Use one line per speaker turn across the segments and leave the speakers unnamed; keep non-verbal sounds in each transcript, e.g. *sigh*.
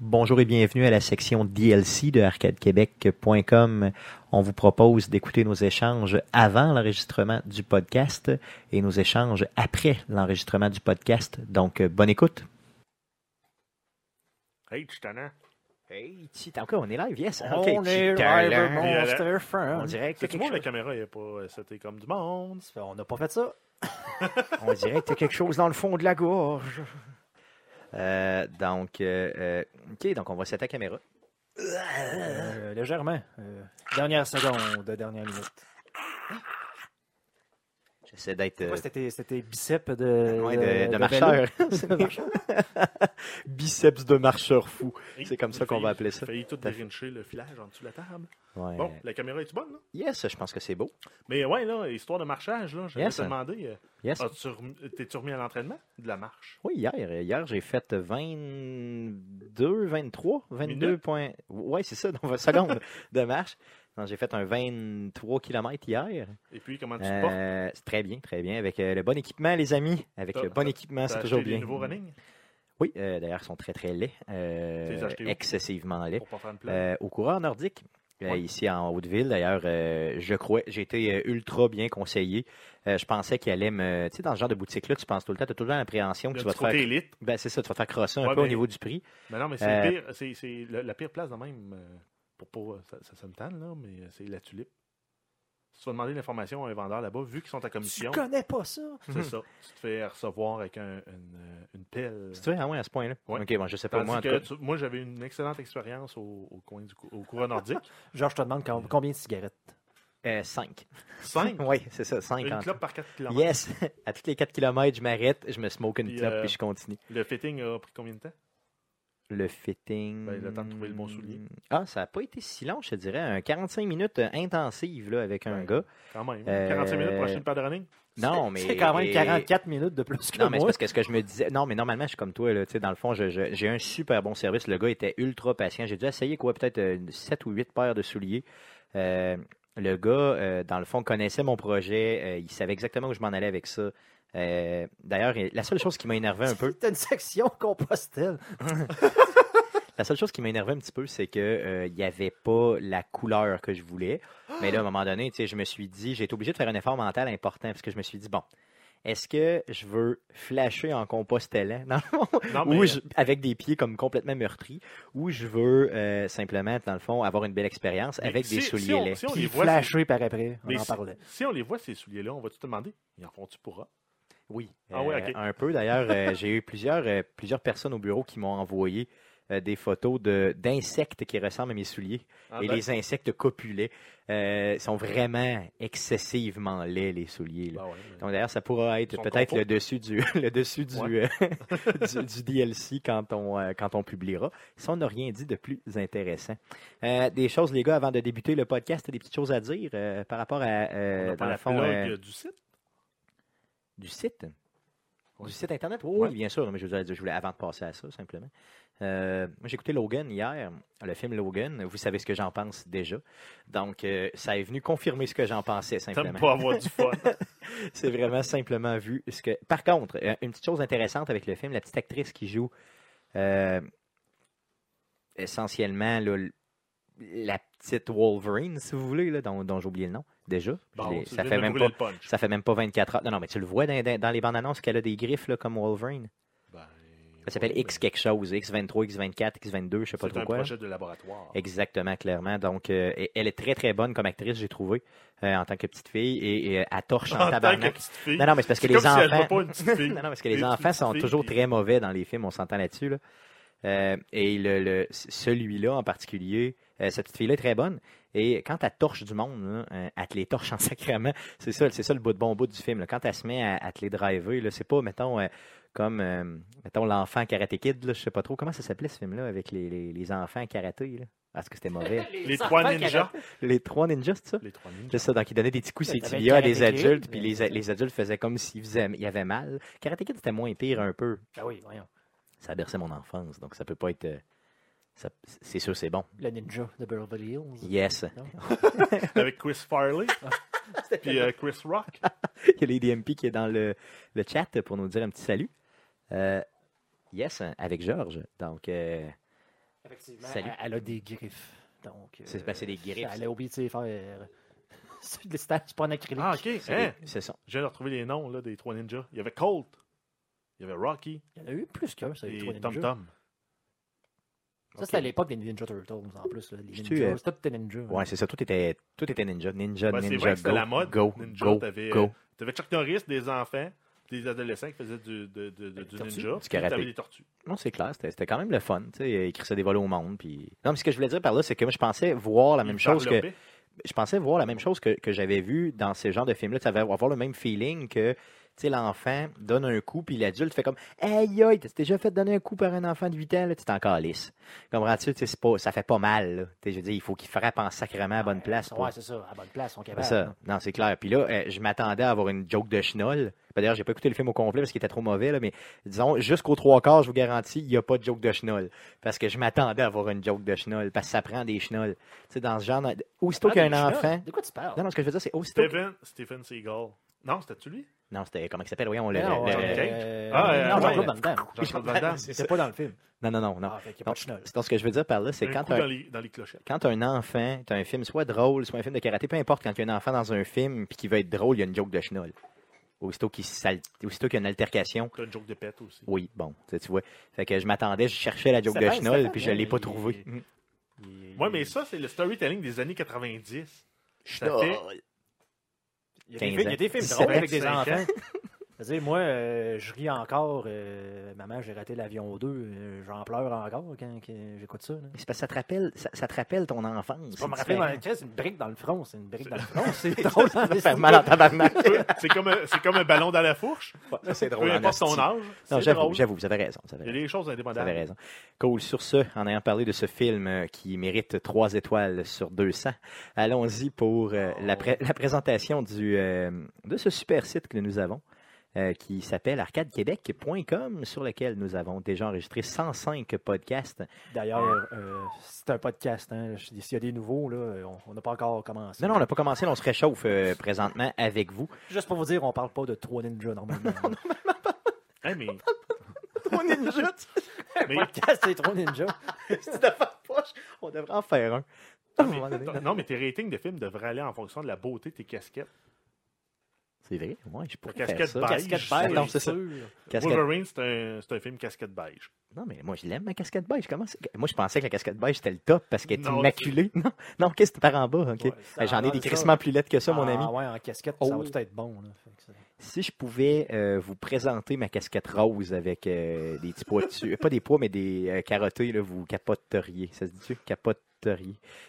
Bonjour et bienvenue à la section DLC de arcadequebec.com. On vous propose d'écouter nos échanges avant l'enregistrement du podcast et nos échanges après l'enregistrement du podcast. Donc, euh, bonne écoute.
Hey, tu t'en as.
Hey, t'es encore, on est live, yes.
On est River Monster
On
Friend.
dirait que
C'est
t'as
tout le monde, la
quelque chose.
caméra, il a pas. euh, C'était comme du monde.
On n'a pas fait ça.
*laughs* On dirait que t'as quelque chose dans le fond de la gorge. Euh, donc, euh, euh, ok, donc on va setter la caméra.
Euh, légèrement. Euh, dernière seconde, dernière minute.
J'essaie d'être
Moi,
euh,
C'était c'était biceps de,
loin
de-
de, de
de
marcheur.
vélo. *laughs* De marcheur.
*laughs* Biceps de marcheur fou.
Hey,
C'est comme ça
j'ai
qu'on va
failli-
appeler ça.
J'ai failli tout
Tout à fait.
dérincher le filage en dessous de la table.
Ouais.
Bon, la caméra est-tu bonne, là?
Yes, je pense que c'est beau.
Mais ouais, là, histoire de marchage, là, j'allais
Yes.
te demander, euh,
Yes.
as-tu rem- t'es-tu remis à l'entraînement? De la marche.
Oui, hier, hier j'ai fait 22, 23, 22
Minutes?
points. Oui, c'est ça, dans 20
*laughs*
secondes de marche. Non, j'ai fait un 23 km hier.
Et puis, comment Ah, tu te portes?
Euh, c'est très bien, très bien. Avec euh, le bon équipement, les amis. Avec
T'as-
le bon
t'as-
équipement,
T'as
c'est
acheté
toujours
des
bien.
nouveaux running
Oui, euh, d'ailleurs, ils sont très, très laids. euh,
Tu les as achetés où?
excessivement laids.
pour pas faire une place.
Euh, au coureur nordique. euh,
Ouais.
ici en Haute-Ville, d'ailleurs, euh, je crois, j'ai été euh, ultra bien conseillé. Euh, je pensais qu'il allait me. Tu sais, dans ce genre de boutique-là, tu penses tout le temps, tu as toujours l'appréhension que
Le
tu vas
petit
te faire.
côté élite.
Ben, c'est ça, tu vas te faire crosser un
Ouais, ben,
peu au
mais-
niveau du prix.
Mais non, mais c'est
Euh,
pire- c'est- c'est la, la pire place de même. euh, pour, pour, ça, ça, ça me tanne, là, mais euh, c'est la tulipe. Si tu vas demander l'information à un vendeur là-bas, vu qu'ils sont à
Tu
commission,
connais pas ça?
Mhm.
c'est ça. Tu te fais recevoir avec un- une, euh, une pelle.
C'est vrai, ah ouais, à ce point-là.
Ouais.
Ok, bon, je sais pas
Tandis
moi. en tout
que
cas.
tu- moi, j'avais une excellente expérience au, au coin du cou- au courant nordique.
Genre, je te demande com- combien de cigarettes.
Euh, cinq. *laughs*
Cinq.
Oui, *laughs* c'est ça, cinq. en
Une
tout.
clope par 4 km.
Yes! *laughs* À toutes les 4 km, je m'arrête, je me smoke une
Puis,
clope
euh,
puis je continue.
Le fitting a pris combien de temps?
Le fitting.
ben, le temps de trouver le bon soulier.
Ah, ça n'a pas été si long, je te dirais. Un 45 minutes euh, intensive là, avec un
Ouais.
gars.
Quand même.
Euh,
45 minutes pour acheter une paire de running?
Non,
C'est-
mais.
C'est quand même 44 minutes de plus que
Non, mais c'est
moi.
parce que ce que je me disais. Non, mais normalement, je suis comme toi. Là, tu sais, dans le fond, je- je- j'ai un super bon service. Le gars était ultra patient. J'ai dû essayer quoi, peut-être 7 ou 8 paires de souliers. Euh, le gars, euh, dans le fond, connaissait mon projet. Euh, il savait exactement où je m'en allais avec ça. Euh, D'ailleurs, la seule chose qui m'a énervé
*laughs*
un peu.
T'as une section compostelle.
La seule chose qui m'énervait un petit peu, c'est que euh, il n'y avait pas la couleur que je
*gasps*
voulais. Mais là, à un moment donné, tu sais, je me suis dit, j'ai été obligé de faire un effort mental important parce que je me suis dit, bon, est-ce que je veux flasher en compostellant, dans le fond, ou
Non, Ah, mais euh,
je- avec des pieds comme complètement meurtris, ou je veux euh, simplement, dans le fond, avoir une belle expérience
Mais
avec des
si-
souliers
si on-
laids.
si on les
Puis
voit,
flashé par après, on
mais
en
si-
parlait.
si on les voit, ces souliers-là, on va-tu te demander? Ils en font-tu pour eux?
Oui,
Ah ouais,
euh,
ok.
un peu. D'ailleurs, euh, j'ai eu plusieurs, euh, plusieurs personnes au bureau qui m'ont envoyé euh, des photos de- d'insectes qui ressemblent à mes souliers.
Ah,
Et
ben,
les insectes copulés euh, sont vraiment excessivement laids, les souliers. là.
ben ouais, mais-
Donc d'ailleurs, ça pourra
Ils
être
sont
peut-être
confos.
le dessus du *laughs* le dessus du,
Ouais.
euh, *laughs* du, du DLC quand on euh, quand on publiera. Si on n'a rien dit de plus intéressant. Euh, des choses, les gars, avant de débuter le podcast, des petites choses à dire euh, par rapport à
on
euh,
n'a
dans
pas
le
la
fond,
plug
euh,
euh, du site.
du site.
Ouais.
Du site Internet? Oui, oui,
Ouais.
bien sûr. Mais je, vous ai dit, je voulais avant de passer à ça, simplement. Euh, moi, j'ai écouté Logan hier, le film Logan. Vous savez ce que j'en pense déjà. Donc, euh, ça est venu confirmer ce que j'en pensais,
T'aimes
simplement.
pas avoir
*laughs*
du fun.
C'est vraiment simplement vu. Ce que... Par contre, euh, une petite chose intéressante avec le film, la petite actrice qui joue euh, essentiellement là, l- la petite Wolverine, si vous voulez, là, dont, dont j'ai oublié le nom, déjà. Je
Bon,
l'ai-
tu
ça
viens
fait
de
même
brûler
pas
le punch.
ça fait même pas 24 heures. Non, non, mais tu le vois dans, dans- dans les bandes annonces qu'elle a des griffes là, comme Wolverine.
Ben,
Ça s'appelle
ouais,
X quelque chose, X23, X24, X22, je sais
mais
pas
C'est
trop
un
quoi.
projet de laboratoire.
Exactement, clairement. Donc, euh, et- elle est très très bonne comme actrice, j'ai trouvé, euh, en tant que petite fille, et, et, euh, elle torche en,
En tant que
tabarnak.
petite fille.
Non, non, mais c'est parce que
C'est
les
comme si elle
enfants.
voit pas une petite
*laughs*
fille.
non, non, parce que
Des
les
petites
enfants sont
filles
toujours
qui-
très mauvais dans les films, on s'entend là-dessus. Là. Euh, et le, le- celui-là en particulier, euh, cette petite fille-là est très bonne. Et quand elle torche du monde, là, euh, elle te les torche *laughs* en sacrament. C'est ça, c'est ça le bout de bon bout du film. là. Quand elle se met à, à te les driver, là, c'est pas, mettons, euh, comme euh, mettons l'enfant karaté kid, là, je sais pas trop comment ça s'appelait ce film-là avec les, les, les enfants karaté. Là. Parce que c'était
*laughs*
mauvais.
Les trois ninjas.
les trois ninjas, c'est ça?
Les trois ninjas.
C'est ça, donc il donnait des petits coups
Ouais,
ses
t'avais
tibias à
Karate
des
Kid,
adultes, puis
mais-
les, a- les adultes faisaient comme s'ils faisaient, il y avait mal. Karate Kid, c'était moins pire un peu.
Ah oui, voyons.
Ça a bercé mon enfance, donc ça peut pas être... euh, ça- c'est sûr, c'est bon.
Le ninja de Beverly Hills. *laughs*
Yes.
Non?
Avec Chris
*laughs*
Farley. Puis euh, Chris Rock.
*laughs* il y a les DMP qui est dans le, le chat pour nous dire un petit salut. Euh, yes, avec Georges. Donc, euh,
Effectivement,
Salut.
Elle, elle a des griffes. Donc,
C'est
euh,
ben, c'est des griffes.
Elle a oublié de se les *laughs* faire. C'est des stages, c'est pas en acrylique.
Ah, ok.
C'est
Hein?
des- c'est ça.
Je viens de retrouver les noms là, des trois ninjas. Il y avait Colt, il y avait Rocky
Il y en a eu plus qu'un, ça, les trois
et
ninjas.
Tom Tom.
Ça, c'était à l'époque des Ninja Turtles, en plus. Là. Les
Je-tu,
ninjas,
euh,
c'était des ninjas. hein.
Ouais, c'est ça. Tout était, tout était ninja. Ninja,
Ben, c'est
ninja,
vrai que c'était
go,
la mode.
Go,
ninja,
go,
t'avais,
go.
euh, t'avais Chuck Norris, des enfants, des adolescents qui faisaient du, de- de- de-
Des
du
tortues.
ninja.
Du
Tu
karaté.
T'avais des tortues.
Non, c'est clair. C'était c'était quand même le fun. Tu sais, écrire ça des volets au monde. Puis... Non, mais ce que je voulais dire par là, c'est que moi, je pensais voir la même
Ils
chose que.
parlopaient.
je pensais voir la même chose que, que j'avais vu dans ces genres de films-là. Ça va avoir le même feeling que tu sais, l'enfant donne un coup, puis l'adulte fait comme Aïe, aïe, t'as déjà fait donner un coup par un enfant de 8 ans, là, tu t'en calisses. Comprends-tu? Tu sais, c'est pas- Ça fait pas mal. là. Tu sais, Je veux dire, il faut qu'il frappe en sacrement à bonne place. pour-
Ouais, c'est hein. ça. À bonne place, on est
c'est
capable.
ça.
Ah,
Non, c'est clair. Puis là, euh, je m'attendais à avoir une joke de chenolle. Ben, D'ailleurs, j'ai pas écouté le film au complet parce qu'il était trop mauvais, là, mais disons, jusqu'aux trois quarts, je vous garantis, il n'y a pas de joke de chenolle. Parce que je m'attendais à avoir une joke de chenolle, parce que ça prend des chenolles. Tu sais, dans ce genre. de- Aussitôt
Ah,
qu'un
des chenottes.
enfant.
De quoi tu parles?
Non, non, ce que je veux dire, c'est aussitôt. que-
Stephen, Stephen Seagal. Non, c'était-tu
*laughs*
lui?
Non, c'était. Comment il s'appelle Voyons, le.
Non,
le- le-
Johnny
euh,
Cage.
euh,
Ah, euh,
non, Jean-Claude
ouais.
Van Damme.
Jean-Claude Van Damme.
C'est pas dans le film.
Non, non, non, non.
Ah, fait qu'il y a pas
Non,
de chenol.
c'est- donc, ce que je veux dire par là, c'est
Un
quand
coup
un,
dans, les, dans les clochettes.
quand un enfant, t'as un film soit drôle, soit un film de karaté, peu importe, quand il y a un enfant dans un film puis qu'il veut être drôle, il y a une joke de chenolle. Aussitôt qu'il s'al- aussitôt qu'il y a une altercation,
T'as une joke de pète aussi.
oui, bon, tu sais, tu vois. Fait que je m'attendais, je cherchais la joke
Ça
de
fait- ça
chenolle
fait
puis je l'ai
bien,
pas
il-
trouvée.
il-
Mm.
Ouais, mais ça, c'est le storytelling des années 90. Ça fait-
Chenolle.
Il y a des
15
films- il y a des films drôles avec des
25
enfants.
ans.
Je veux dire, moi, euh, je ris encore. euh, maman, j'ai raté l'avion 2. euh, J'en pleure encore quand, que j'écoute ça. là.
C'est parce que ça te rappelle, ça, ça te rappelle ton enfance.
Tu vas me
c'est
rappeler dans
différent.
le crête, c'est une brique dans le front. C'est une brique dans le front. *laughs* C'est drôle.
*laughs* Ça va faire mal en tabarnak.
*laughs* c'est comme, un- c'est comme un ballon dans la fourche.
C'est
Peu importe
en
son
asti.
âge.
Non,
c'est
j'avoue,
drôle.
j'avoue, vous avez raison. vous avez
Il y a
raison.
des choses
Vous avez
indépendantes.
raison. Cool. Sur ce, en ayant parlé de ce film euh, qui mérite 3 étoiles sur 200, allons-y pour euh, la, pré- la présentation du, euh, de ce super site que nous avons. euh, qui s'appelle arcadequebec.com, sur lequel nous avons déjà enregistré 105 podcasts.
D'ailleurs, euh, c'est un podcast. hein. Je- S'il y a des nouveaux, là, euh, on- on n'a pas encore commencé.
Non, non, on n'a pas commencé, on se réchauffe euh, présentement avec *laughs* vous.
Juste pour vous dire, on parle pas de *laughs* trois ninjas normalement.
Hein, mais,
On est déjà
mais-
podcast, c'est trois *laughs* ninjas.
on devrait en faire un. À un moment donné,
Attends,
non.
Non, mais tes ratings de films devraient aller en fonction de la beauté de tes casquettes.
C'est vrai, ouais, je pourrais
Casquette
faire ça.
beige.
Casquette beige,
Non, c'est ça.
sûr.
Casquette-
Wolverine, c'est un, c'est un film casquette beige.
Non, mais moi, je l'aime, ma casquette beige. Comment c'est- moi, je pensais que la casquette beige, c'était le top parce qu'elle est
Non,
immaculée. Non, non, qu'est-ce que par en bas? OK.
Ouais,
Ben, J'en ai des
ça,
crissements plus laides que ça, mon
ah,
ami.
ouais, en casquette, ça
Oh.
va tout être bon. là. Fait que ça-
Si je pouvais euh, vous présenter ma casquette rose avec euh, des petits pois dessus, euh, pas des pois, mais des euh, carottés, là, vous capoteriez. Ça se dit-tu? Capoteriez. Peu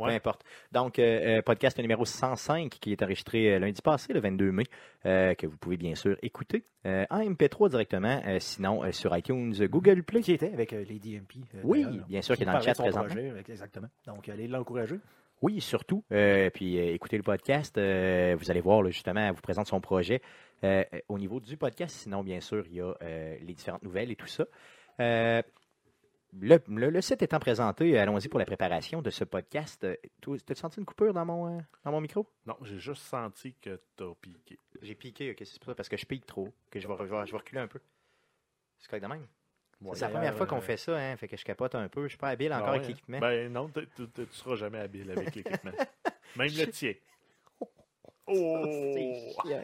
Ouais.
importe. Donc, euh, euh, podcast numéro 105 qui est enregistré euh, lundi passé, le 22 mai, euh, que vous pouvez bien sûr écouter euh, en MP3 directement, euh, sinon euh, sur iTunes, Google Play.
Qui était avec euh, Lady MP. euh,
Oui,
d'ailleurs,
bien sûr, qui est dans le
parlait
chat
de son
présentement.
projet, avec- exactement. Donc, allez l'encourager.
Oui, surtout. Euh, puis euh, écoutez le podcast. euh, vous allez voir, là, justement, elle vous présente son projet. Euh, euh, au niveau du podcast, sinon, bien sûr, il y a euh, les différentes nouvelles et tout ça. Euh, le, le- le site étant présenté, allons-y pour la préparation de ce podcast. Euh, toi, T'as senti une coupure dans mon, euh, dans mon micro?
Non, j'ai juste senti que t'as piqué.
J'ai piqué, ok, c'est pour ça, parce que je pique trop, que je vais, je vais- je vais reculer un peu. C'est correct de même.
Ouais.
c'est la
d'ailleurs,
première fois qu'on
euh,
fait ça, hein, fait que je capote un peu. Je suis pas habile
Ah
encore
ouais,
avec
hein?
l'équipement.
Ben non, t'es- t'es- t'es- tu seras jamais habile avec
*laughs*
l'équipement. Même le tien. Oh!
C'est chiant.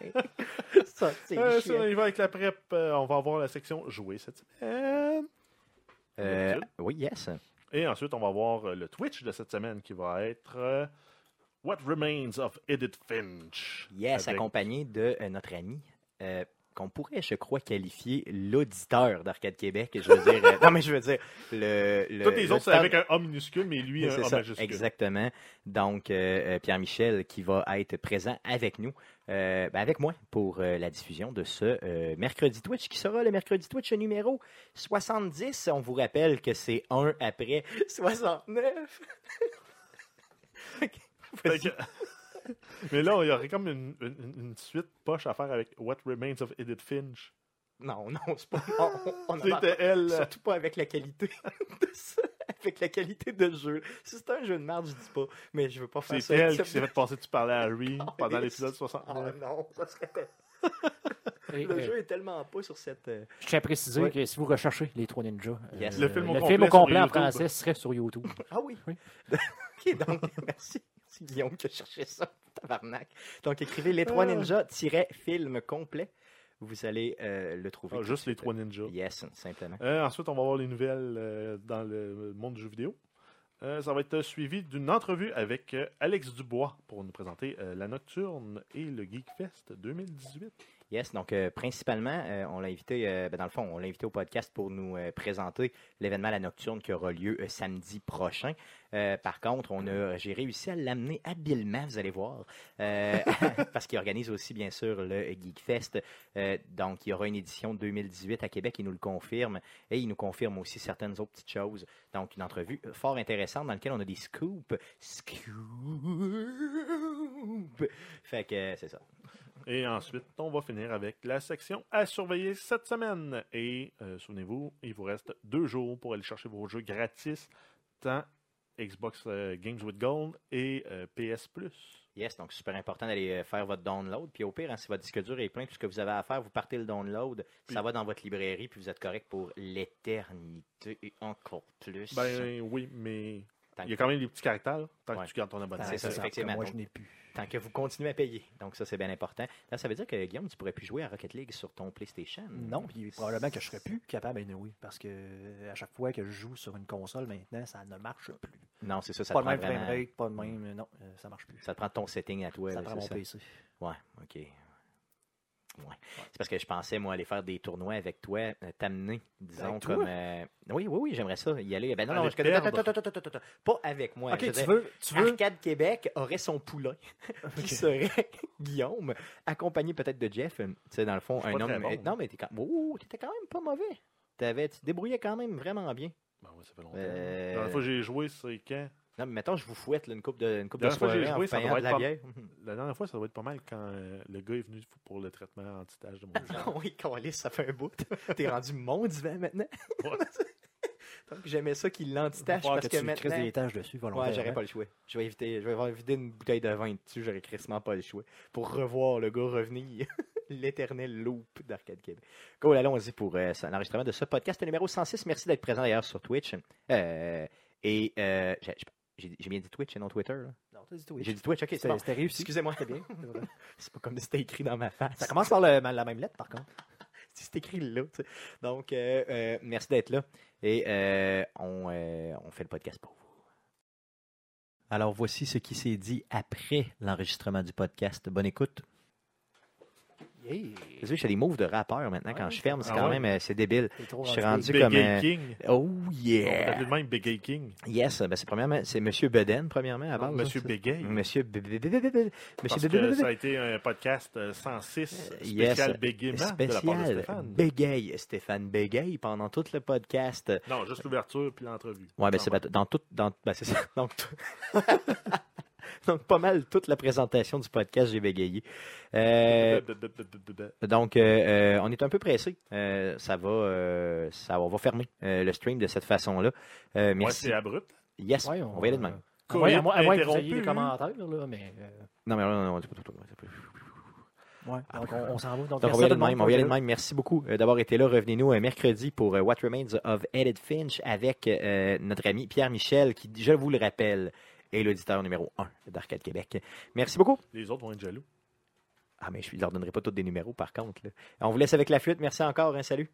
Ça, c'est
Euh, si
chiant.
on y va avec la prep, euh, on va avoir la section jouer cette semaine.
Euh, oui, yes.
Et ensuite, on va voir euh, le Twitch de cette semaine qui va être euh, What Remains of Edith Finch.
Yes,
Avec-
accompagné de euh, notre ami, euh, qu'on pourrait, je crois, qualifier l'auditeur d'Arcade Québec. Je veux dire, euh, *laughs* non, mais je veux dire, le. le-
Tous les autres, c'est
l'auditeur-
avec un A minuscule, mais lui, un
C'est
A
ça,
majuscule.
exactement. Donc, euh, euh, Pierre-Michel qui va être présent avec nous, euh, ben, avec moi, pour euh, la diffusion de ce euh, mercredi Twitch, qui sera le mercredi Twitch numéro 70. On vous rappelle que c'est un après 69.
Fait que- *laughs* mais là, il y aurait comme une, une- une suite poche à faire avec What Remains of Edith Finch.
Non, non, c'est pas. On, on en
C'était elle. euh,
Surtout pas avec la qualité *laughs* de ça, avec la qualité de jeu. Si c'est un jeu de merde, je dis pas, mais je veux pas faire ça.
C'est elle qui s'est fait passer du parler à Harry pendant l'épisode
Ah
69.
non, ça serait
*laughs* Et,
Le
euh,
jeu est tellement pas sur cette. euh,
Je tiens à préciser
Ouais.
que si vous recherchez Les Trois Ninjas, euh,
Yes.
Le film au complet
film
sur
en
YouTube.
français serait sur YouTube.
Ah oui.
Oui.
*laughs* ok, donc, *laughs* merci. C'est Guillaume qui a cherché ça. *laughs* Tabarnak. Donc, écrivez Les Trois
Ah.
Ninjas-film complet. Vous allez euh, le trouver.
Ah,
tout
juste
de
les
suite.
trois ninjas.
Yes, simplement.
Euh, ensuite, on va voir les nouvelles euh, dans le monde du jeu vidéo. Euh, ça va être suivi d'une entrevue avec euh, Alex Dubois pour nous présenter euh, La Nocturne et le Geekfest 2018.
Yes, donc euh, principalement, euh, on l'a invité, euh, ben, dans le fond, on l'a invité au podcast pour nous euh, présenter l'événement La Nocturne qui aura lieu euh, samedi prochain. Euh, par contre, on a, j'ai réussi à l'amener habilement, vous allez voir, euh, *laughs* parce qu'il organise aussi, bien sûr, le Geekfest. Euh, donc, il y aura une édition 2018 à Québec, il nous le confirme, et il nous confirme aussi certaines autres petites choses. Donc, une entrevue fort intéressante dans laquelle on a des scoops. Scoops! Fait que euh, c'est ça.
Et ensuite, on va finir avec la section à surveiller cette semaine. Et euh, souvenez-vous, il vous reste deux jours pour aller chercher vos jeux gratis, tant Xbox euh, Games with Gold et euh, PS Plus.
Yes, donc super important d'aller euh, faire votre download. Puis au pire, hein, si votre disque dur est plein, tout ce que vous avez à faire, vous partez le download, ça va dans votre librairie, puis vous êtes correct pour l'éternité et encore plus.
euh,
Ben oui, mais
Tant
il y a quand même des petits caractères, là, tant
Ouais.
que tu gardes ton abonnement.
c'est ça,
Alors que
effectivement.
Moi,
Donc-
je n'ai plus.
Tant que vous continuez à payer. Donc ça, c'est bien important. Là, ça veut dire que Guillaume, tu pourrais plus jouer à Rocket League sur ton PlayStation.
Non, puis probablement que je serais plus capable, ben oui, parce que euh, à chaque fois que je joue sur une console maintenant, ça ne marche plus.
Non, c'est ça, ça
pas
te
le
prend
même frame
vraiment-
rate, pas le même, euh, non, euh, ça marche plus.
Ça te prend ton setting à toi.
ça
là,
prend
c'est
mon PC.
Ouais, ok. Ouais. C'est parce que je pensais, moi, aller faire des tournois avec toi, euh, t'amener, disons,
Avec toi?
comme. euh, Oui, oui, oui, j'aimerais ça y aller. Ben non, non,
Aller
je connais.
perdre.
Attends, attends, attends, attends, attends. Pas avec moi.
ok,
je veux
tu
dire,
veux, tu veux.
Arcade Québec aurait son poulain, *laughs*
Ok.
qui serait *laughs* Guillaume, accompagné peut-être de Jeff. euh, Tu sais, dans le fond,
Je suis
un
pas
homme.
très bon,
euh, non, mais t'es quand... Ouh, t'étais quand même pas mauvais. T'avais... Tu te débrouillais quand même vraiment bien.
Ben oui, ça fait longtemps.
Euh,
La dernière fois que j'ai joué, c'est quand
Non, mais mettons, je vous fouette là, une coupe de, une coupe de
La dernière fois que j'ai
soirée en
joué, ça
payant
doit
de la
être pas-
bière.
La dernière fois, ça doit être pas mal quand euh, le gars est venu pour le traitement anti-tâche de mon
*laughs*
jeu.
Ah oui, calisse, ça fait un bout. *laughs* T'es rendu mon divan maintenant.
Ouais.
*laughs* Donc j'aimais ça qu'il
Faut
l'antitache
voir
parce
que,
que,
tu crisses
maintenant.
des tâches dessus volontairement.
Ouais, j'aurais pas le choix. Je vais éviter, je vais avoir vidé une bouteille de vin dessus, j'aurais crissement pas le choix. Pour revoir le gars revenir. *laughs* L'éternel loop d'Arcade Québec. Cool, allons-y pour euh, ça- l'enregistrement de ce podcast numéro 106. Merci d'être présent d'ailleurs sur Twitch. Euh, et euh, j'ai- j'ai j'ai bien dit Twitch et non Twitter. là?
Non, t'as dit oui.
J'ai dit Twitch, ok, c'est
C'était
bon.
c'était
*laughs*
réussi.
Excusez-moi,
C'était bien. c'est vrai.
c'est pas comme si c'était écrit dans ma face.
Ça commence par le- la même lettre, par contre.
Si *laughs* c'est écrit là. tu sais. Donc, euh, euh, merci d'être là. Et euh, on, euh, on fait le podcast pour vous. Alors, voici ce qui s'est dit après l'enregistrement du podcast. Bonne écoute.
Yeah.
Vous savez, j'ai des moves de rappeur maintenant quand
Ouais.
je ferme. C'est
Ah
quand
ouais.
même euh, c'est débile.
T'es trop
Je suis rendu-
rendu
Big
comme,
Gay
euh,
King.
Oh
On va
yeah!
t'appeler de même Big Gay King.
Yes, ben c'est premièrement, c'est Monsieur Beden, premièrement, à
Non,
base.
Monsieur
Beden.
Bégay.
Monsieur B- B- B- B- B- B-
Parce
Monsieur
que
B- B-
ça
B-
a été un podcast euh, 106
Euh,
spécial
yes,
bégaiement de la part de
Spécial
Stéphane.
Bégaye, Stéphane Bégaye, pendant tout le podcast.
Non, juste l'ouverture puis l'entrevue.
Ouais, ben c'est pas- dans tout. Dans, ben c'est ça. Donc, tout- *laughs* donc, pas mal toute la présentation du podcast, j'ai bégayé.
*laughs*
Euh, donc, euh, euh, on est un peu pressé. Euh, ça va. euh, ça, on va fermer euh, le stream de cette façon-là. Euh,
Moi,
merci.
c'est abrupt.
yes,
Ouais,
on, va y aller de même.
À moins- à moins- à moins que vous ayez
Interrompu.
des commentaires, là, mais. euh,
Non, mais non, non, non, c'est pas tout, tout, tout.
Ouais, donc on, on s'en va. Donc,
Donc, on
merci
va y aller
à tout
de
le
même.
monde
on va y aller de
pour-
même. Merci beaucoup euh, d'avoir été là. Revenez-nous euh, mercredi pour euh, What Remains of Edith Finch avec euh, notre ami Pierre Michel, qui, je vous le rappelle, est l'auditeur numéro 1 d'Arcade Québec. Merci beaucoup.
Les autres vont être jaloux.
Ah, mais je ne leur donnerai pas tous des numéros, par contre. là. On vous laisse avec la flûte. Merci encore. hein. salut.